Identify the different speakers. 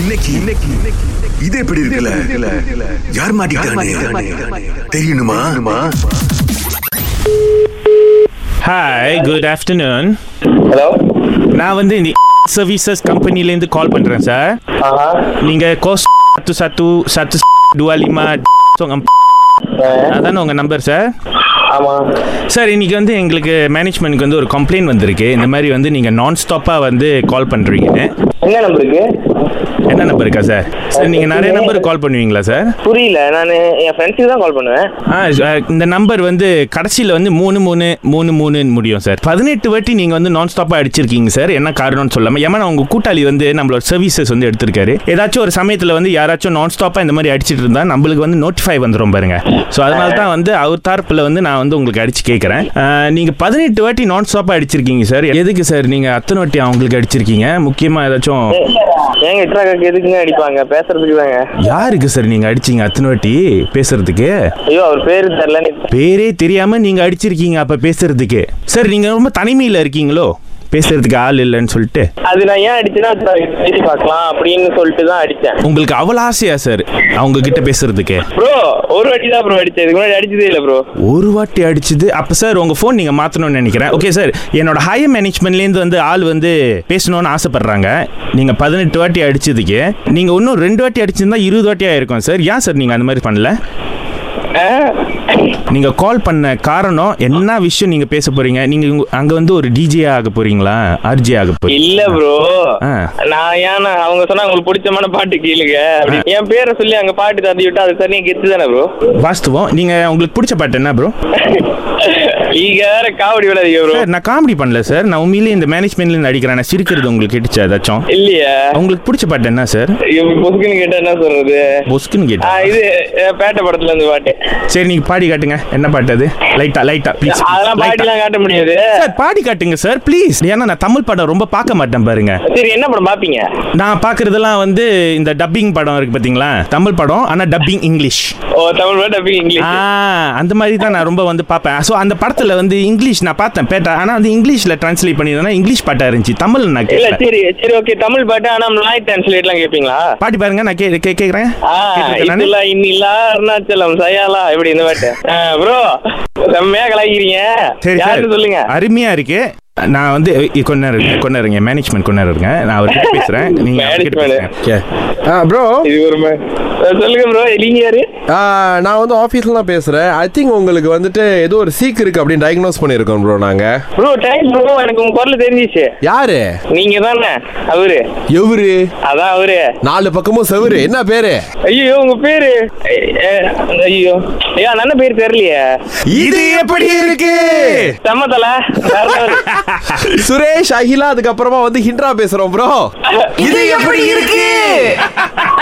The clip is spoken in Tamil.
Speaker 1: இன்னைக்கு இன்னைக்கு இன்னைக்கு- இது எப்படி இருக்குல்ல யார் மாட்டிக்கிட்டானே தெரியணுமா
Speaker 2: ஹாய் குட் ஆஃப்டர்நூன்
Speaker 3: ஹலோ
Speaker 2: நான் வந்து இந்த சர்வீசஸ் கம்பெனிலேருந்து கால் பண்ணுறேன் சார்
Speaker 3: ஆஹா
Speaker 2: நீங்கள் கோஸ் சத்து சத்து சத்து டுவாலிமா அதானே உங்கள் நம்பர் சார்
Speaker 3: ஆமாம்
Speaker 2: சார் இன்னைக்கு வந்து எங்களுக்கு மேனேஜ்மெண்ட்க்கு வந்து ஒரு கம்ப்ளைண்ட் வந்திருக்கு இந்த மாதிரி வந்து நீங்கள் நான் ஸ்டாப்பாக வந்து கால் பண்ணுறீங்கன்னு
Speaker 3: என்ன நம்பருக்கு
Speaker 2: என்ன நம்பர் இருக்கா சார் சார் நீங்கள் நிறைய நம்பர் கால் பண்ணுவீங்களா சார்
Speaker 3: புரியல நான் என் ஃப்ரெண்ட்ஸுக்கு தான் கால் பண்ணுவேன்
Speaker 2: ஆ சார், இந்த நம்பர் வந்து கடைசியில் வந்து மூணு மூணு மூணு மூணுன்னு முடியும் சார் பதினெட்டு வாட்டி நீங்கள் வந்து நான் ஸ்டாப்பாக அடிச்சிருக்கீங்க சார் என்ன காரணம்னு சொல்லாமல் ஏமா உங்கள் கூட்டாளி வந்து நம்மளோட சர்வீசஸ் வந்து எடுத்திருக்காரு ஏதாச்சும் ஒரு சமயத்தில் வந்து யாராச்சும் நான் ஸ்டாப்பாக இந்த மாதிரி அடிச்சிட்டு இருந்தால் நம்மளுக்கு வந்து நோட்டிஃபை வந்துடும் பாருங்க ஸோ அதனால தான் வந்து அவர் தரப்பில் வந்து நான் வந்து உங்களுக்கு அடிச்சு கேட்குறேன் நீங்கள் பதினெட்டு வாட்டி நான் ஸ்டாப்பாக அடிச்சிருக்கீங்க சார் எதுக்கு சார் நீங்கள் அத்தனை வாட்டி அவங்களுக்கு அடிச்சிருக்கீங்க முக்கியமாக ஏதாச்சும்
Speaker 3: ஏங்க இட்ராக்காக்கு எதுக்குங்க அடிப்பாங்க பேசுறதுக்கு தாங்க
Speaker 2: யாருக்கு சார் நீங்கள் அடிச்சீங்க அத்தனை வாட்டி பேசுறதுக்கு
Speaker 3: ஐயோ அவர் பேரு தெரில
Speaker 2: பேரே தெரியாம நீங்க அடிச்சிருக்கீங்க அப்ப பேசுறதுக்கு சார் நீங்க ரொம்ப தனிமையில இருக்கீங்களோ பேசுறதுக்கு ஆள் இல்லைன்னு சொல்லிட்டு
Speaker 3: அது நான் ஏன் அடிச்சேன்னா அது பேசி பார்க்கலாம் அப்படின்னு சொல்லிட்டு தான் அடித்தேன்
Speaker 2: உங்களுக்கு அவ்வளோ ஆசையா சார் அவங்க கிட்ட பேசுறதுக்கு
Speaker 3: ப்ரோ ஒரு வாட்டி தான் ப்ரோ அடிச்சேன் இதுக்கு முன்னாடி அடிச்சதே இல்லை ப்ரோ
Speaker 2: ஒரு வாட்டி அடிச்சது அப்ப சார் உங்க ஃபோன் நீங்க மாத்தணும்னு நினைக்கிறேன் ஓகே சார் என்னோட ஹையர் மேனேஜ்மெண்ட்லேருந்து வந்து ஆள் வந்து பேசணும்னு ஆசைப்படுறாங்க நீங்க பதினெட்டு வாட்டி அடிச்சதுக்கு நீங்க இன்னும் ரெண்டு வாட்டி அடிச்சிருந்தா இருபது வாட்டி ஆயிருக்கும் சார் ஏன் சார் நீங்க அந்த மாதிரி பண்ணல நீங்க கால் பண்ண காரணம் என்ன விஷயம் நீங்க பேச போறீங்க நீங்க உங்க- அங்க வந்து ஒரு டிஜே ஆக போறீங்களா ஆர்ஜே ஆக போறீங்க
Speaker 3: இல்ல ப்ரோ
Speaker 2: ஆ.
Speaker 3: நான் ஏன்னா அவங்க சொன்னா உங்களுக்கு பிடிச்சமான பாட்டு கேளுங்க அப்படின்னு. என் பேரை சொல்லி அங்க பாட்டு தந்தி விட்டா அது சரியா கெத்து தானே ப்ரோ
Speaker 2: வாஸ்துவம் நீங்க உங்களுக்கு பிடிச்ச பாட்டு என்ன ப்ரோ
Speaker 3: நீங்க வேற காவடி விடாதீங்க ப்ரோ
Speaker 2: சார் நான் காமெடி பண்ணல சார் நான் உண்மையிலேயே இந்த மேனேஜ்மெண்ட்ல இருந்து அடிக்கிறேன் நான் சிரிக்கிறது உங்களுக்கு கேட்டுச்சா ஏதாச்சும்
Speaker 3: இல்லையா
Speaker 2: உங்களுக்கு பிடிச்ச பாட்டு என்ன சார்
Speaker 3: இவன் பொசுக்குன்னு கேட்டா என்ன சொல்றது
Speaker 2: பொஸ்க்குன்னு
Speaker 3: ஆ,
Speaker 2: கேட்டேன்
Speaker 3: இது அஹ், பேட்டை படத்துல இருந்து பாட்டு
Speaker 2: சரி நீங்க பாடி காட்டுங்க என்ன பாட்டு அது லைட்டா லைட்டா ப்ளீஸ்
Speaker 3: அதெல்லாம் பாட்டிலாம் காட்ட முடியாது
Speaker 2: சார் பாடி காட்டுங்க சார் ப்ளீஸ் ஏன்னா நான் தமிழ் படம் ரொம்ப பார்க்க மாட்டேன் பாருங்க
Speaker 3: சரி என்ன படம் பாப்பீங்க
Speaker 2: நான் பார்க்கறதெல்லாம் வந்து இந்த டப்பிங் படம் இருக்கு பாத்தீங்களா தமிழ் படம் ஆனா டப்பிங் இங்கிலீஷ்
Speaker 3: ஓ தமிழ் பாட்டு அப்படி
Speaker 2: ஆ
Speaker 3: இங்கிலீஷ்
Speaker 2: அந்த மாதிரி தான் நான் ரொம்ப வந்து பார்ப்பேன் ஸோ அந்த படத்துல வந்து இங்கிலீஷ் நான் பார்த்தேன் பேட்டா ஆனா வந்து இங்கிலீஷ்ல டிரான்ஸ்லேட் பண்ணிருந்தேன்னா இங்கிலீஷ் பாட்டா இருந்துச்சு தமிழ் நான்
Speaker 3: இல்ல
Speaker 2: கேட்கல
Speaker 3: சரி சரி ஓகே தமிழ் பாட்டு ஆனா மலாய் டிரான்ஸ்லேட் எல்லாம் கேப்பீங்களா
Speaker 2: பாட்டி பாருங்க நான் கே கே- கேக்குறேன்
Speaker 3: ஆ
Speaker 2: கேட்டிருக்கேன் நானு.
Speaker 3: இதுல இன்னிலா அருணாச்சலம் சயாலா இப்படி இந்த பாட்டு ப்ரோ செம்மையா கலாய்க்கிறீங்க
Speaker 2: சரி சார்
Speaker 3: யாருன்னு சொல்லுங்க
Speaker 2: அருமையா இருக்கு நான் வந்து இ- கொஞ்ச நேரம் இருங்க கொஞ்ச நேரம் இருங்க மேனேஜ்மெண்ட் கொஞ்ச நேரம் இருங்க நான் அவர்கிட்ட பேசுறேன் நீங்க அவர்கிட்ட பேசுங்க
Speaker 3: Management.
Speaker 2: Okay.
Speaker 4: ஆ ப்ரோ
Speaker 3: இது ஒரு ம- அஹ், சொல்லுங்க ப்ரோ நீங்க யாரு
Speaker 4: Ah, நான் வந்து ஆஃபீஸில் தான் பேசுகிறேன் ஐ திங்க் உங்களுக்கு வந்துட்டு ஏதோ ஒரு சீக் இருக்குது அப்படின்னு டயக்னோஸ் பண்ணியிருக்கோம் ப்ரோ நாங்கள்
Speaker 3: ப்ரோ டைம் ப்ரோ எனக்கு உங்க குரல் தெரிஞ்சிச்சு
Speaker 4: யாரு
Speaker 3: நீங்க தானே அவரு
Speaker 4: எவரு
Speaker 3: அதான் அவரு
Speaker 4: நாலு பக்கமும் செவரு என்ன பேரு
Speaker 3: ஐயோ உங்க பேரு ஐ- ஐ- ஐயோ ஐயா நல்ல பேர் தெரியலையே
Speaker 4: இது எப்படி இருக்கு
Speaker 3: சம்மதல
Speaker 4: சுரேஷ் அகிலா அதுக்கப்புறமா வந்து ஹிண்ட்ரா பேசுறோம் ப்ரோ இது எப்படி இருக்கு